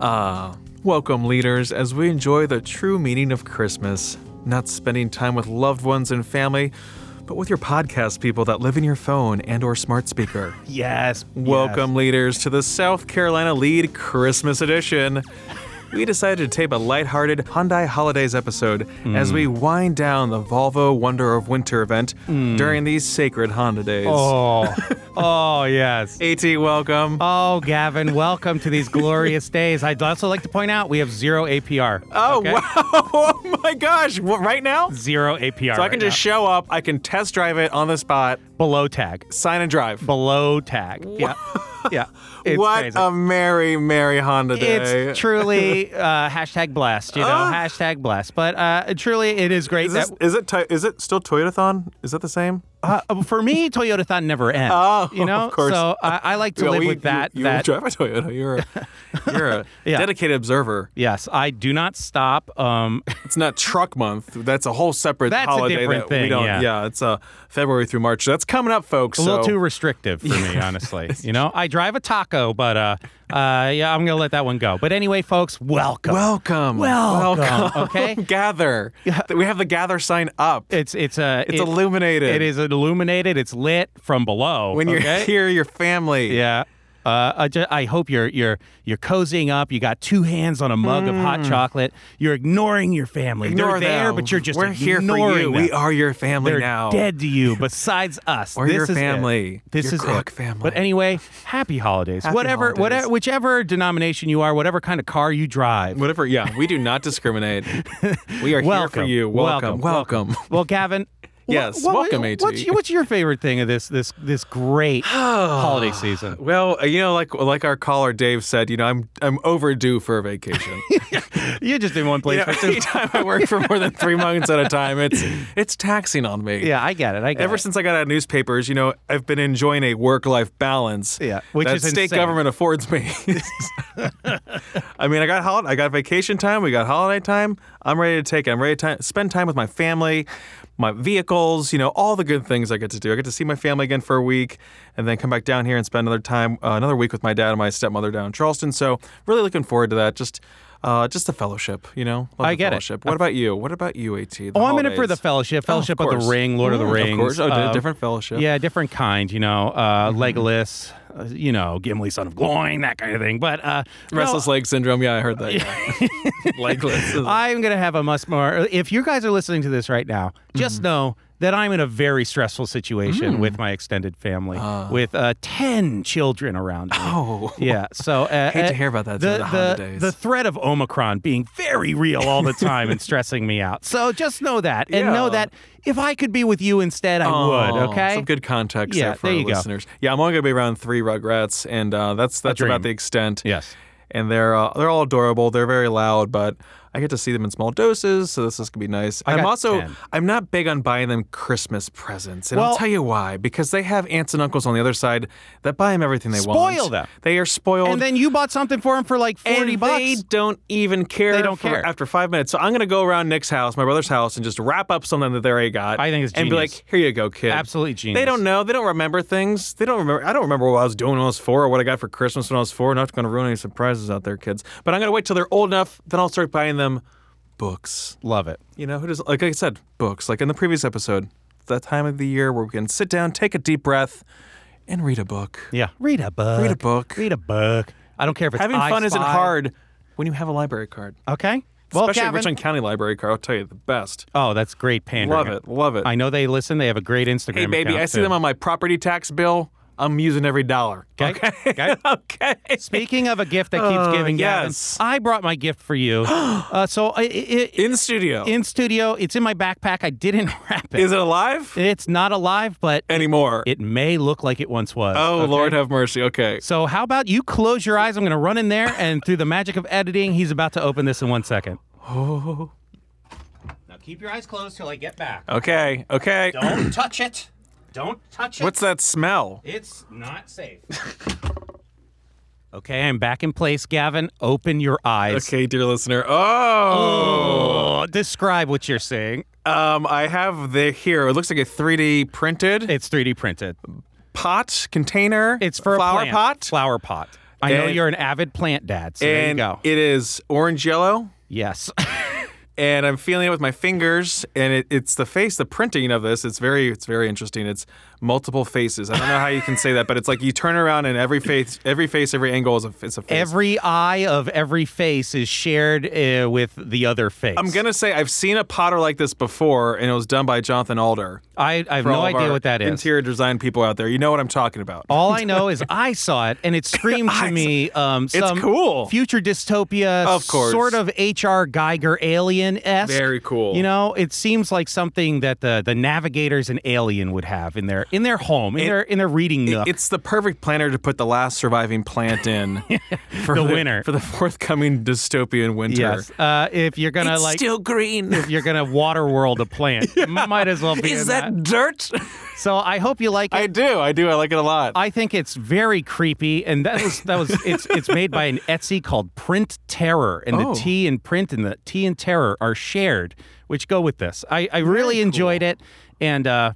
Ah, welcome, leaders, as we enjoy the true meaning of Christmas. Not spending time with loved ones and family, but with your podcast people that live in your phone and or smart speaker. Yes. Welcome, leaders, to the South Carolina Lead Christmas Edition. We decided to tape a lighthearted Hyundai Holidays episode as Mm. we wind down the Volvo Wonder of Winter event during these sacred Honda days. Oh. oh yes. AT, welcome. Oh, Gavin, welcome to these glorious days. I'd also like to point out we have zero APR. oh, okay? wow. Oh, my gosh. What, right now? Zero APR. So I can just show up, I can test drive it on the spot, below tag, sign and drive. below tag. Yeah. Yeah. It's what crazy. a merry, merry Honda day. it's truly uh, hashtag blessed, you know, Ah. hashtag blessed. But uh, truly, it is great Is, this, that is it ti- is it still Toyotathon? Is that the same? uh, for me, Toyota thon never ends. Oh, you know, of course. so I, I like to Yeah, live we- with that. You, you that drive a Toyota. You're a, you're a Yeah. dedicated observer. yes, I do not stop. Um, It's not Truck Month. That's a whole separate That's a holiday different that we thing, don't. yeah. it's uh, February through March. That's coming up, folks. a little so- too restrictive for me, honestly. You know, I drive a taco, but uh, uh, yeah, I'm gonna let that one go. But anyway, folks, welcome. welcome, Welcome, okay? gather. We have the gather sign up. it's it's a it's it- illuminated. It is illuminated. It's lit from below. When you're okay? here, your family. yeah. Uh, I, ju- I hope you're you're you're cozying up. You got two hands on a mug of hot chocolate. You're ignoring your family. Hmm. Ignore They're there, them. but you're just We're here for ignoring you. them. We are your family They're now. dead to you besides us. Or this your is it. family. This Your is crook it. family. But anyway, happy holidays. Happy whatever, holidays. whatever, whichever denomination you are, whatever kind of car you drive. Whatever. Yeah, we do not discriminate. we are Welcome. here for you. Welcome. Welcome. Well, Gavin. wha- Yes, what, welcome, AT. What's, what's your favorite thing of this this this great holiday season? Well, uh, you know, like like our caller Dave said, you know, I'm I'm overdue for a vacation. You're just in one place. You know, for two- anytime I work for more than three months at a time, it's it's taxing on me. Yeah, I get it. I get Ever it. since I got out of newspapers, you know, I've been enjoying a work-life balance. Yeah, which that is state insane. government affords me. I mean, I got hol- I got vacation time. We got holiday time. I'm ready to take. it. I'm ready to ti- spend time with my family, my vehicles. You know, all the good things I get to do. I get to see my family again for a week, and then come back down here and spend another time, uh, another week with my dad and my stepmother down in Charleston. So, really looking forward to that. Just. Uh, just the fellowship, you know. Love I the get it. fellowship. What about you? What about you, At? The Oh, I'm in it for the holidays. fellowship, fellowship of, course. the ring, Lord of the Mm, of Rings. course. Oh, di- uh, different fellowship. Mm-hmm. Yeah, different kind. You know, uh, Legolas. uh, You know, Gimli, son of Gloin, that kind of thing. But uh, no, Restless leg syndrome. Yeah, I heard that. Yeah. Legless. I'm gonna have a must more. If you guys are listening to this right now, just Mm-hmm. know that I'm in a very stressful Mm. situation with my extended family, with uh, ten children around me. Oh. yeah. So uh, Hate to uh, hear about that The through the the, holidays. the threat of Omicron being very real all the time and stressing me out. So just know that, and know Yeah. that if I could be with you instead, I would. Oh, Okay. Some good context Yeah, there for there our you go. listeners. Yeah, I'm only gonna be around three Rugrats, and uh, that's that's dream. about the extent. Yes. And they're uh, they're all adorable. They're very loud, but I get to see them in small doses, so this is gonna be nice. I'm got also 10. I'm not big on buying them Christmas presents, and I'll Well- tell you why. Because they have aunts and uncles on the other side that buy them everything they want. Spoil them. They are spoiled. And then you bought something for him for like forty and bucks. They don't even care. They don't for- care. after five minutes. So I'm gonna go around Nick's house, my brother's house, and just wrap up something that they already got. I think it's and be genius. like, here you go, kid. Absolutely genius. They don't know. They don't remember things. They don't remember. I don't remember what I was doing when I was four or what I got for Christmas when I was four. Not gonna ruin any surprises out there, kids. But I'm gonna wait till they're old enough. Then I'll start buying them books. love it. You know, who does like I said, books. Like in the previous episode, it's that time of the year where we can sit down, take a deep breath, and read a book. Yeah. Read a book. Read a book. Read a book. I don't care if it's Having I fun isn't Spy. hard when you have a library card. Okay. Well, Especially Gavin- Richland County Library card. I'll tell you the best. Oh, that's great pandering. Love it, love it. I know they listen. They have a great Instagram. Hey, baby, I see them on my property tax bill. I'm using every dollar. Okay. okay. Okay. Speaking of a gift that keeps Oh, giving, Gavin, yes. I brought my gift for you. uh, so I, it, In studio. in studio, it's in my backpack. I didn't wrap it. Is it alive it's not alive, but anymore? it may look like it once was. oh, okay? Lord have mercy. Okay. So how about you close your eyes? I'm going to run in there, and through the magic of editing, he's about to open this in one second. Oh. Now keep your eyes closed till I get back. Okay. Okay. Don't touch it. Don't touch it. What's that smell? It's not safe. okay, I'm back in place, Gavin. Open your eyes. Okay, dear listener. Oh. Oh, describe what you're seeing. Um, I have the here. It looks like a 3D printed It's 3D printed. pot container. It's for a flower plant. pot. Flower pot. I know And- you're an avid plant dad, so there you and go. it is orange yellow. yes. and I'm feeling it with my fingers, and it, it's the face, the printing of this. It's very, it's very interesting. It's multiple faces. I don't know how you can say that, but it's like you turn around and every face, every face, every angle is a, it's a face. every eye of every face is shared uh, with the other face. I'm gonna say I've seen a potter like this before, and it was done by Jonathan Alder. I, I have For no all of idea our what that is. Interior design people out there, you know what I'm talking about. All I know is I saw it and it screamed to me um, some cool. future dystopia, Of course. sort of H.R. Geiger alien esque. Very cool. You know, it seems like something that the the navigators and alien would have in their in their home, in their in their reading nook. It's the perfect planner to put the last surviving plant in for The winter. for the forthcoming dystopian winter. yes. Uh, if you're gonna like, still green. if you're gonna water world a plant, might as well be in dirt? So I hope you like it. I do. I do. I like it a lot. I think it's very creepy, and that was that was it's it's made by an Etsy called Print Terror, and Oh. the T and print and the T and terror are shared, which go with this. I I really enjoyed it, and uh,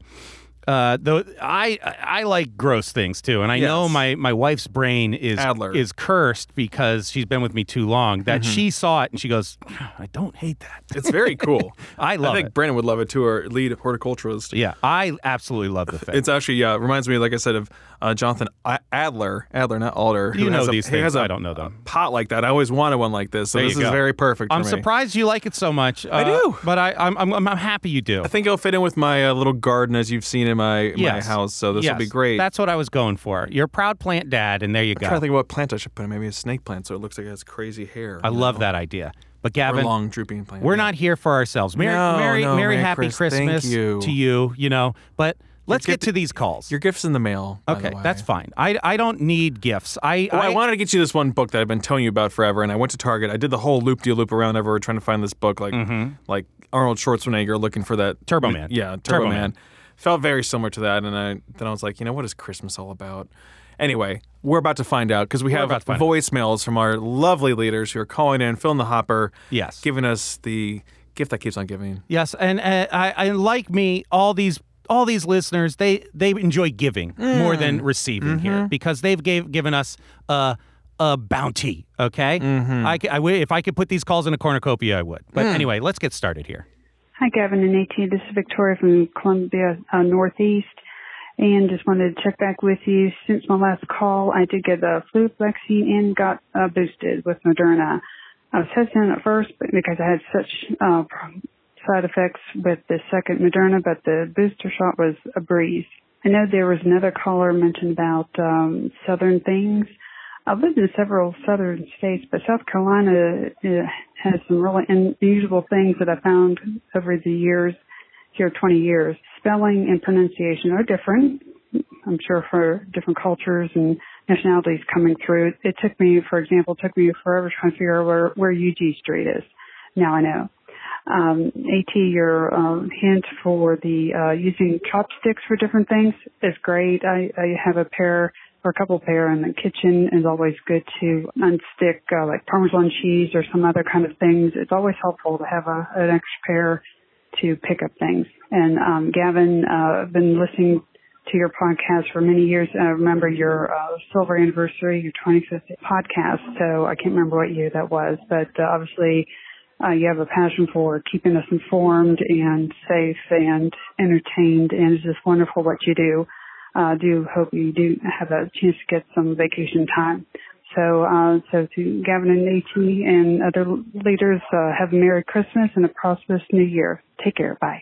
uh, though I I like gross things too, and I know Yes. my my wife's brain is Adler. Mm-hmm. is cursed because she's been with me too long that she saw it and she goes, I don't hate that. It's very cool. I love I think it. Brandon would love it too. Our lead horticulturist. Yeah, I absolutely love the thing. It's actually yeah. It reminds me, like I said, of uh, Jonathan I- Adler. Adler, not Alder. who You know has a- these he things. has a I don't know them. Pot like that. I always wanted one like this. So There this you is go. very perfect. For I'm me. surprised you like it so much. I do. but I, I'm, I'm I'm happy you do. I think it'll fit in with my uh, little garden as you've seen in my my Yes. house. So this will be Yes. great. That's what I was going for. You're a proud plant dad, and there you I'm trying to go. think of what plant I should put in. Maybe a snake plant, so it looks like it has crazy hair. I love that idea. But Gavin, long drooping plant. we're not here for ourselves. Merry, No, Merry, no, Merry Merry Happy Chris- thank Christmas you. to you. You know, but let's Your get gift- to these calls. Your gift's in the mail. by the Okay, way. that's fine. I I don't need gifts. I Well, I, I, wanted to get you this one book that I've been telling you about forever, and I went to Target. I did the whole loop de loop around everywhere trying to find this book, like like Arnold Schwarzenegger looking for that Mm-hmm. Turbo Man. Yeah, Turbo, Turbo Man. Man. Felt very similar to that, and I then I was like, you know, what is Christmas all about? Anyway, we're about to find out because we have about to find out. voicemails from our lovely leaders who are calling in, filling the hopper, Yes. giving us the gift that keeps on giving. Yes, and uh, I, I like me all these all these listeners they they enjoy giving more Mm. than receiving Mm-hmm. here because they've gave given us a a bounty. Okay, Mm-hmm. I, c- I w- if I could put these calls in a cornucopia, I would. But Hmm. anyway, let's get started here. Hi, Gavin and AT. This is Victoria from Columbia uh, Northeast. And just wanted to check back with you. Since my last call, I did get the flu vaccine and got uh, boosted with Moderna. I was hesitant at first but because I had such uh, side effects with the second Moderna, but the booster shot was a breeze. I know there was another caller mentioned about um, southern things. I've lived in several southern states, but South Carolina uh, has some really unusual things that I found over the years here 20 years. Spelling and pronunciation are different. I'm sure for different cultures and nationalities coming through. It took me, for example, it took me forever trying to figure out where, where UG Street is. Now I know. Um, AT, your um, hint for the uh, using chopsticks for different things is great. I, I have a pair or a couple pair in the kitchen. It's always good to unstick uh, like Parmesan cheese or some other kind of things. It's always helpful to have a, an extra pair to pick up things. And um, Gavin, uh, I've been listening to your podcast for many years. I remember your uh, silver anniversary, your 25th podcast. So I can't remember what year that was, but uh, obviously uh, you have a passion for keeping us informed and safe and entertained, and it's just wonderful what you do. Uh, I do hope you do have a chance to get some vacation time. So, uh, so to Gavin and AT and other leaders, uh, have a Merry Christmas and a prosperous New Year. Take care. Bye.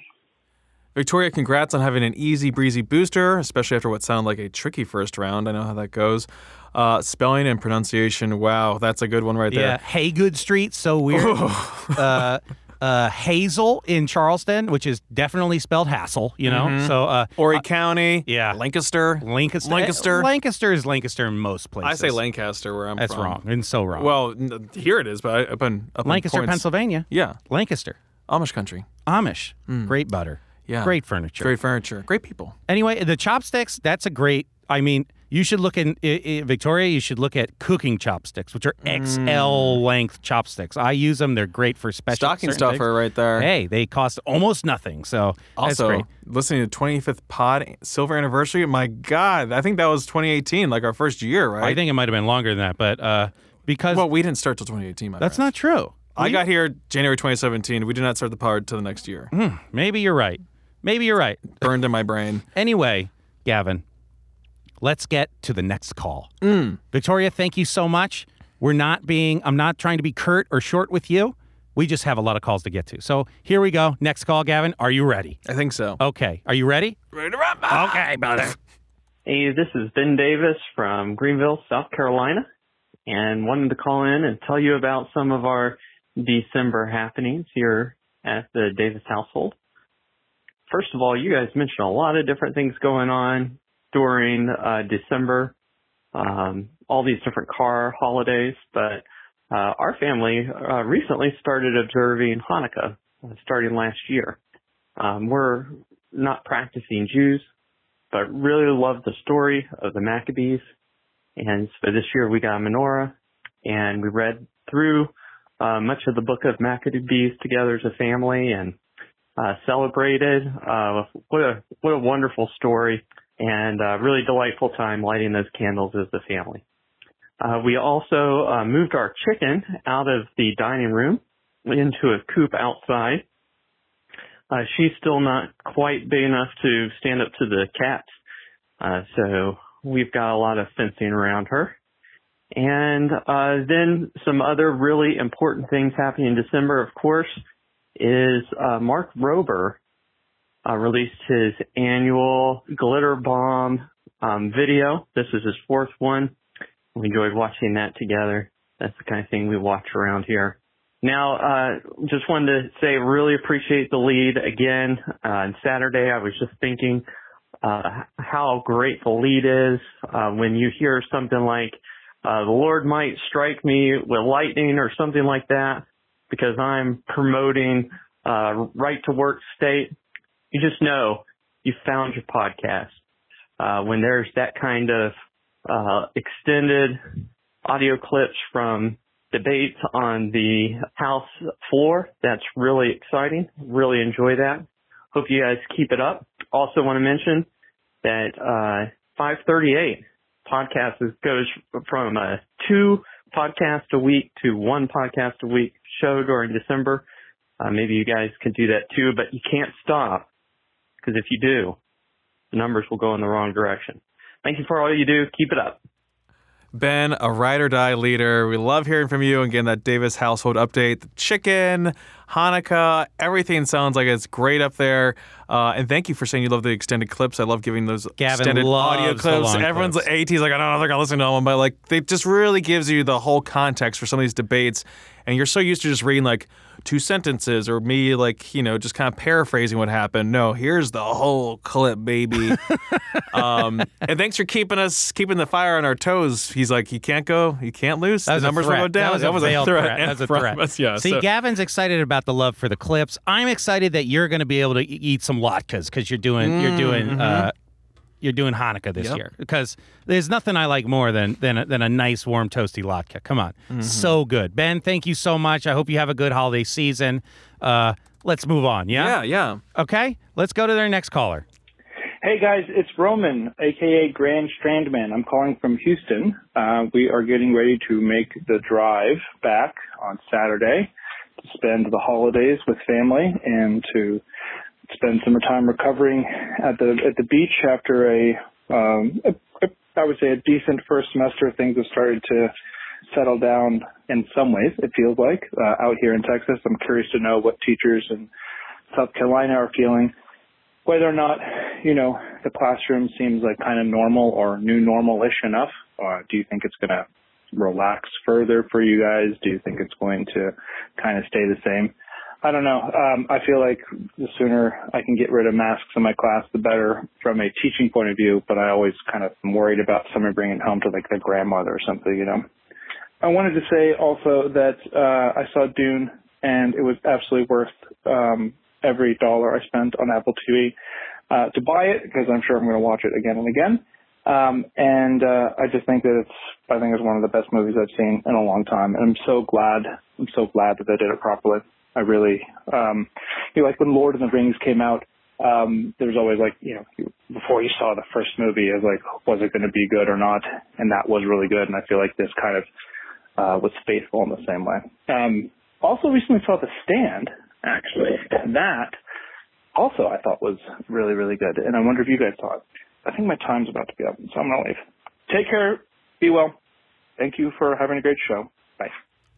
Victoria, congrats on having an easy breezy booster, especially after what sounded like a tricky first round. I know how that goes. Uh, spelling and pronunciation. Wow, that's a good one right there. Yeah, Haygood Street, so weird. Oh. uh, uh, Hazel in Charleston, which is definitely spelled hassle. You know, Mm-hmm. so uh, Horry County. yeah. Lancaster. Lancaster, Lancaster. Lancaster is Lancaster in most places. I say Lancaster where I'm That's from. wrong and so wrong. Well, n- here it is, but I- up in up in Lancaster, points. Pennsylvania. Yeah, Lancaster. Amish country. Amish. Great butter. Mm. Yeah. Great furniture. Great furniture. Great people. Anyway, the chopsticks, that's a great I mean, You should look in i i Victoria. You should look at cooking chopsticks, which are XL length chopsticks. I use them. They're great for special Mm. Stocking certain stuffer things. right there. Hey, they cost almost nothing. So that's also, great. listening to 25th Pod Silver Anniversary, my God, I think that was 2018, like our first year, right? I think it might have been longer than that, but uh, because Well, uh, we didn't start till 2018. My that's friend. not true. I got here January 2017. We did not start the pod till the next year. Maybe you're right. Maybe you're right. Burned in my brain. Anyway, Gavin, let's get to the next call. Victoria, thank you so much. We're not being, I'm not trying to be curt or short with you. We just have a lot of calls to get to. So here we go. Next call, Gavin. Are you ready? I think so. Okay. Are you ready? Ready to rumble. Okay, brother. Hey, this is Ben Davis from Greenville, South Carolina, and wanted to call in and tell you about some of our December happenings here at the Davis household. First of all, you guys mentioned a lot of different things going on during uh, December, um, all these different car holidays, but uh, our family uh, recently started observing Hanukkah uh, starting last year. Um, we're not practicing Jews, but really love the story of the Maccabees. And so this year we got a menorah and we read through uh, much of the book of Maccabees together as a family and uh, celebrated. Uh, what a what a wonderful story and uh, really delightful time lighting those candles as a family. Uh, we also uh, moved our chicken out of the dining room into a coop outside uh, she's still not quite big enough to stand up to the cats. Uh, so we've got a lot of fencing around her. And uh, then some other really important things happening in December, of course, is uh, Mark Rober uh, released his annual Glitter Bomb um, video. This is his fourth one. We enjoyed watching that together. That's the kind of thing we watch around here. Now, uh, just wanted to say really appreciate the lead again. Uh, on Saturday, I was just thinking, uh, how great the lead is, uh, when you hear something like, uh, the Lord might strike me with lightning or something like that because I'm promoting, uh, right to work state. You just know you found your podcast. Uh, when there's that kind of, uh, extended audio clips from debates on the House floor. That's really exciting. Really enjoy that. Hope you guys keep it up. Also want to mention that uh, 538 podcast is, goes from uh, two podcasts a week to one podcast a week show during December. Uh, maybe you guys could do that too, but you can't stop because if you do, the numbers will go in the wrong direction. Thank you for all you do. Keep it up. Ben, a ride or die leader. We love hearing from you. Again, that Davis household update, the chicken, Hanukkah, everything sounds like it's great up there. Uh, and thank you for saying you love the extended clips. I love giving those Gavin extended loves audio the clips. long Everyone's clips. like, AT's like, I don't know if they're going to listen to all of them, but like, they just really gives you the whole context for some of these debates. And you're so used to just reading like two sentences or me, like, you know, just kind of paraphrasing what happened. No, here's the whole clip, baby. Um, and thanks for keeping us keeping the fire on our toes. He's like, you can't go, you can't lose. That the was a numbers threat. will go down. That was, a, veiled threat. That was a from threat. us, yeah, See, so- Gavin's excited about the love for the clips. I'm excited that you're going to be able to e- eat some latkes because you're doing you're doing uh, you're doing Hanukkah this Mm-hmm. Yep. year. Because there's nothing I like more than than a, than a nice warm toasty latke. Come on, Mm-hmm. so good, Ben. Thank you so much. I hope you have a good holiday season. Uh, let's move on. yeah, yeah. Okay. Let's go to their next caller. Hey guys, it's Roman, aka Grand Strandman. I'm calling from Houston. Uh, we are getting ready to make the drive back on Saturday to spend the holidays with family and to spend some time recovering at the at the beach after a, um, a, a I would say a decent first semester. Things have started to settle down in some ways. It feels like uh, out here in Texas. I'm curious to know what teachers in South Carolina are feeling whether or not you know the classroom seems like kind of normal or new normal-ish enough. Uh, do you think it's going to relax further for you guys? Do you think it's going to kind of stay the same? I don't know. Um, I feel like the sooner I can get rid of masks in my class, the better from a teaching point of view. But I always kind of am worried about someone bringing it home to like their grandmother or something, you know. I wanted to say also that uh, I saw Dune and it was absolutely worth um, every dollar I spent on Apple TV uh, to buy it because I'm sure I'm going to watch it again and again. Um, and uh, I just think that it's I think it's one of the best movies I've seen in a long time, and I'm so glad I'm so glad that they did it properly. I really um, you know, like when Lord of the Rings came out. Um, there was always like you know you- before you saw the first movie, it was like was it going to be good or not, and that was really good. And I feel like this kind of uh, was faithful in the same way. Um, also recently saw The Stand actually, and that also I thought was really, really good. And I wonder if you guys saw it. I think my time's about to be up, so I'm going to leave. Take care. Be well. Thank you for having a great show. Bye.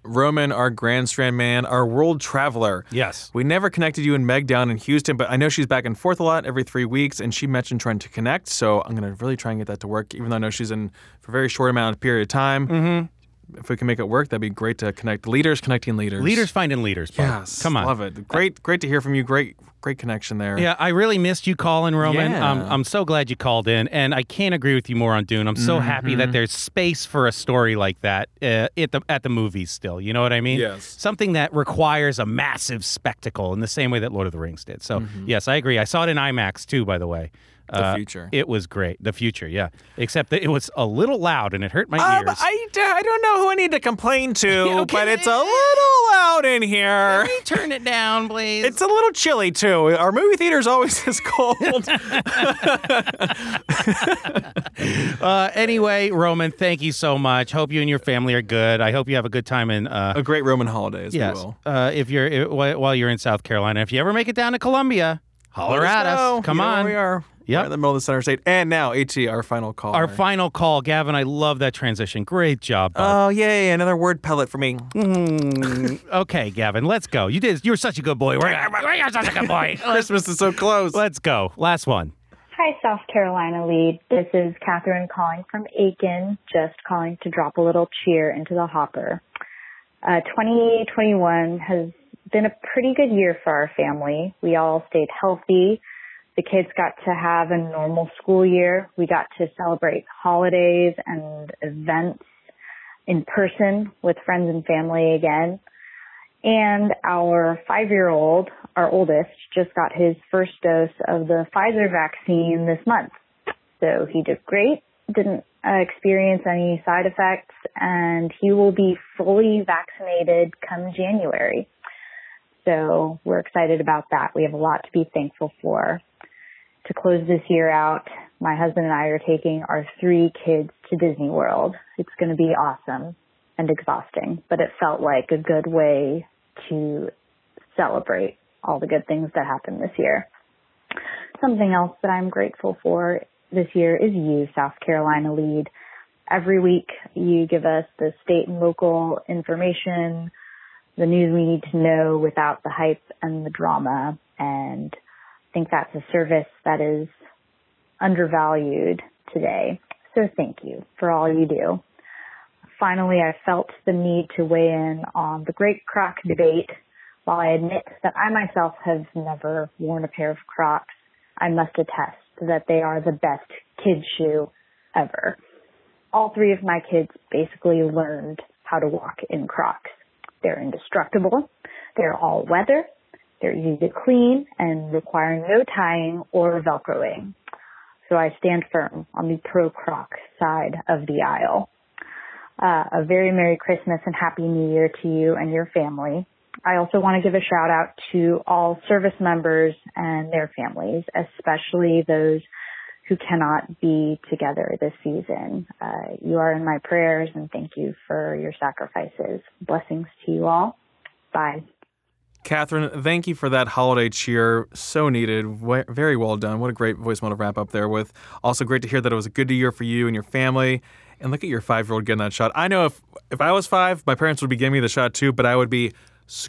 Roman, our Grand Strand man, our world traveler. Yes. We never connected you and Meg down in Houston, but I know she's back and forth a lot every three weeks, and she mentioned trying to connect. So I'm going to really try and get that to work, even though I know she's in for a very short amount of period of time. If we can make it work, that'd be great to connect leaders, connecting leaders. Mm-hmm. Leaders finding leaders. Bob. Yes. Come on. Love it. Great, great to hear from you. Great, great connection there. Yeah, I really missed you calling, Roman. Yeah. Um, I'm so glad you called in, and I can't agree with you more on Dune. I'm so happy Mm-hmm. that there's space for a story like that uh, at the at the movies. Still, you know what I mean? Yes. Something that requires a massive spectacle in the same way that Lord of the Rings did. So, Mm-hmm. yes, I agree. I saw it in IMAX too, by the way. The future. It was great. The future, yeah. Except that it was a little loud and it hurt my Um, ears. I, I don't know who I need to complain to, okay. but it's a little loud in here. turn it down, please. It's a little chilly too. Our movie theater's always this cold. Uh, anyway, Roman, thank you so much. Hope you and your family are good. I hope you have a good time in. Uh, a great Roman holiday, as yes, we will. uh, if you're i- whi- while you're in South Carolina, if you ever make it down to Columbia, holler Let us at know. us. Come You know where on. we are. Yep. Right in the middle of the center state. And now, HE, our final call. Our final call, Gavin. I love that transition. Great job. Bob. Oh, yay, another word pellet for me. Mm, okay, Gavin, let's go. You did. You're such a good boy. We're, you're such a good boy. Let's- Christmas is so close. let's go. Last one. Hi, South Carolina lead. This is Catherine calling from Aiken, just calling to drop a little cheer into the hopper. Uh, 2021 has been a pretty good year for our family. We all stayed healthy. The kids got to have a normal school year. We got to celebrate holidays and events in person with friends and family again. And our five year old, our oldest, just got his first dose of the Pfizer vaccine this month. So he did great, didn't uh, experience any side effects, and he will be fully vaccinated come January. So we're excited about that. We have a lot to be thankful for. To close this year out, my husband and I are taking our three kids to Disney World. It's going to be awesome and exhausting, but it felt like a good way to celebrate all the good things that happened this year. Something else that I'm grateful for this year is you, South Carolina Lead. Every week you give us the state and local information, the news we need to know without the hype and the drama. And I think that's a service that is undervalued today. So thank you for all you do finally I felt the need to weigh in on the great croc debate. While I admit that I myself have never worn a pair of crocs, I must attest that they are the best kid shoe ever. All three of my kids basically learned how to walk in crocs. They're indestructible, they're all weather, they're easy to clean and require no tying or velcroing. So I stand firm on the pro croc side of the aisle uh, a very Merry Christmas and Happy New Year to you and your family. I also want to give a shout out to all service members and their families, especially those who cannot be together this season. Uh, you are in my prayers and thank you for your sacrifices. Blessings to you all. Bye. Catherine, thank you for that holiday cheer. So needed. We- Very well done. What a great voicemail to wrap up there with. Also, great to hear that it was a good year for you and your family. And look at your five year old getting that shot. I know if, if I was five, my parents would be giving me the shot too, but I would be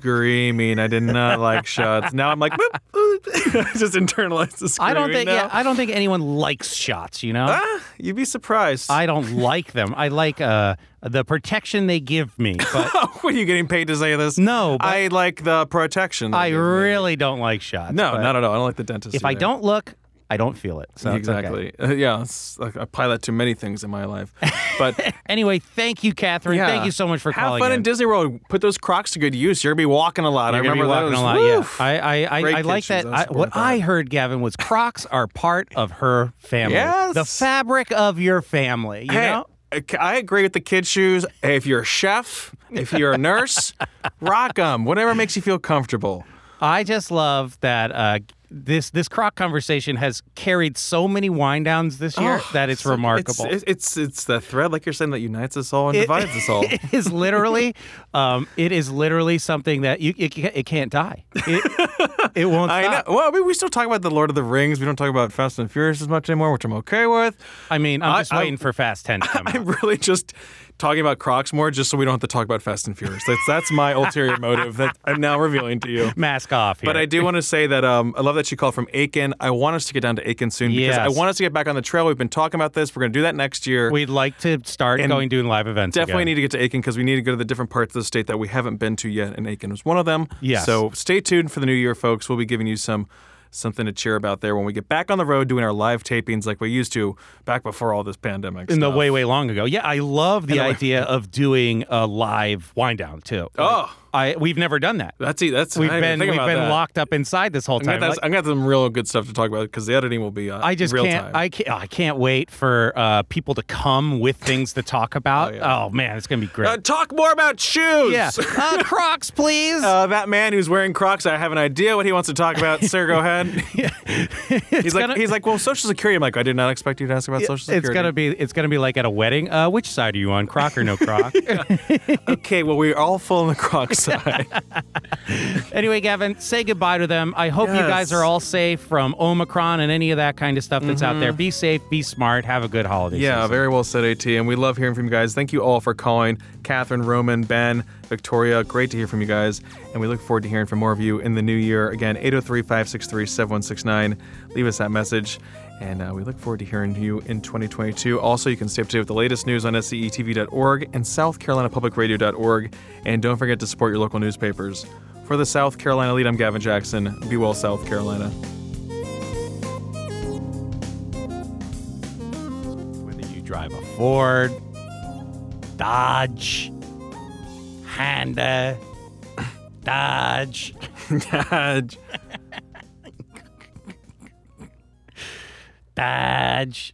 screaming. I did not like shots. Now I'm like, boop, boop. I just internalized the screaming. I don't think. now. Yeah, I don't think anyone likes shots. You know. Ah, you'd be surprised. I don't like them. I like uh, the protection they give me, but Were you getting paid to say this? No, but- I like the protection. that I you give me. really don't like shots. No, but not at all. I don't like the dentist. If I either. don't look, I don't feel it. So it's okay. exactly. Uh, yeah, it's like I pilot too many things in my life. But Anyway, thank you, Catherine. yeah. Thank you so much for Have calling. fun in. in Disney World. Put those Crocs to good use. You're gonna be walking a lot. You're I gonna be remember walking those. a lot. Yeah, Woof. I I, I, Great I like kitchens, that. I I, what support I that. heard, Gavin, was Crocs are part of her family. Yes. the fabric of your family. You Hey, know, I I agree with the kid shoes. Hey, If you're a chef, if you're a nurse, rock them. Whatever makes you feel comfortable. I just love that. Uh, this this Croc conversation has carried so many wind downs this year that it's remarkable. Oh, It's, it's it's the thread, like you're saying, that unites us all and divides us all. It is literally, um, it is literally something that you it, ca- it can't die. It, it won't. I know. stop. Well, I mean, we still talk about the Lord of the Rings. We don't talk about Fast and Furious as much anymore, which I'm okay with. I mean, I'm I- just I- waiting for Fast Ten to come. out. I'm really just talking about Crocs more, just so we don't have to talk about Fast and Furious. That's that's my ulterior motive that I'm now revealing to you. Mask off here. But I do want to say that um, I love that you called from Aiken. I want us to get down to Aiken soon because Yes. I want us to get back on the trail. We've been talking about this. We're going to do that next year. We'd like to start And going doing live events. definitely again. need to get to Aiken because we need to go to the different parts of the state that we haven't been to yet, and Aiken was one of them. Yes. So stay tuned for the new year, folks. We'll be giving you some something to cheer about there when we get back on the road doing our live tapings like we used to back before all this pandemic. in the stuff. way way long ago. Yeah, I love the the way- idea of doing a live wind down too. Like, Oh. I we've never done that. That's it. That's We've I didn't been think we've about been that. locked up inside this whole I'm gonna, time. have Like, I'm gonna have some real good stuff to talk about because the editing will be. Uh, I just real can't. Time. I can't. I can't wait for uh, people to come with things to talk about. oh, yeah. man, it's gonna be great. uh, talk more about shoes. yeah, uh, Crocs, please. Uh, that man who's wearing Crocs, I have an idea what he wants to talk about. Sir, go ahead. he's like, gonna- he's like, well, Social Security. I'm like, I did not expect you to ask about Social Security. it's gonna be. It's gonna be like at a wedding. Uh, which side are you on, Croc or no Croc? Okay, well, we're all full on the croc side. Anyway, Gavin, say goodbye to them. I hope you Yes. guys are all safe from Omicron and any of that kind of stuff that's out there. Be safe, be smart, have a good holiday Mm-hmm. yeah, season. very well said, AT. And we love hearing from you guys. Thank you all for calling. Catherine, Roman, Ben, Victoria, great to hear from you guys. And we look forward to hearing from more of you in the new year. Again, 803 563 7169. Leave us that message. And uh, we look forward to hearing you in 2022. Also, you can stay up to date with the latest news on E SCETV.org and SouthCarolinaPublicRadio.org. And don't forget to support your local newspapers. For the South Carolina lead, I'm Gavin Jackson. Be well, South Carolina. Whether you drive a Ford, Dodge, Honda, Dodge. Dodge.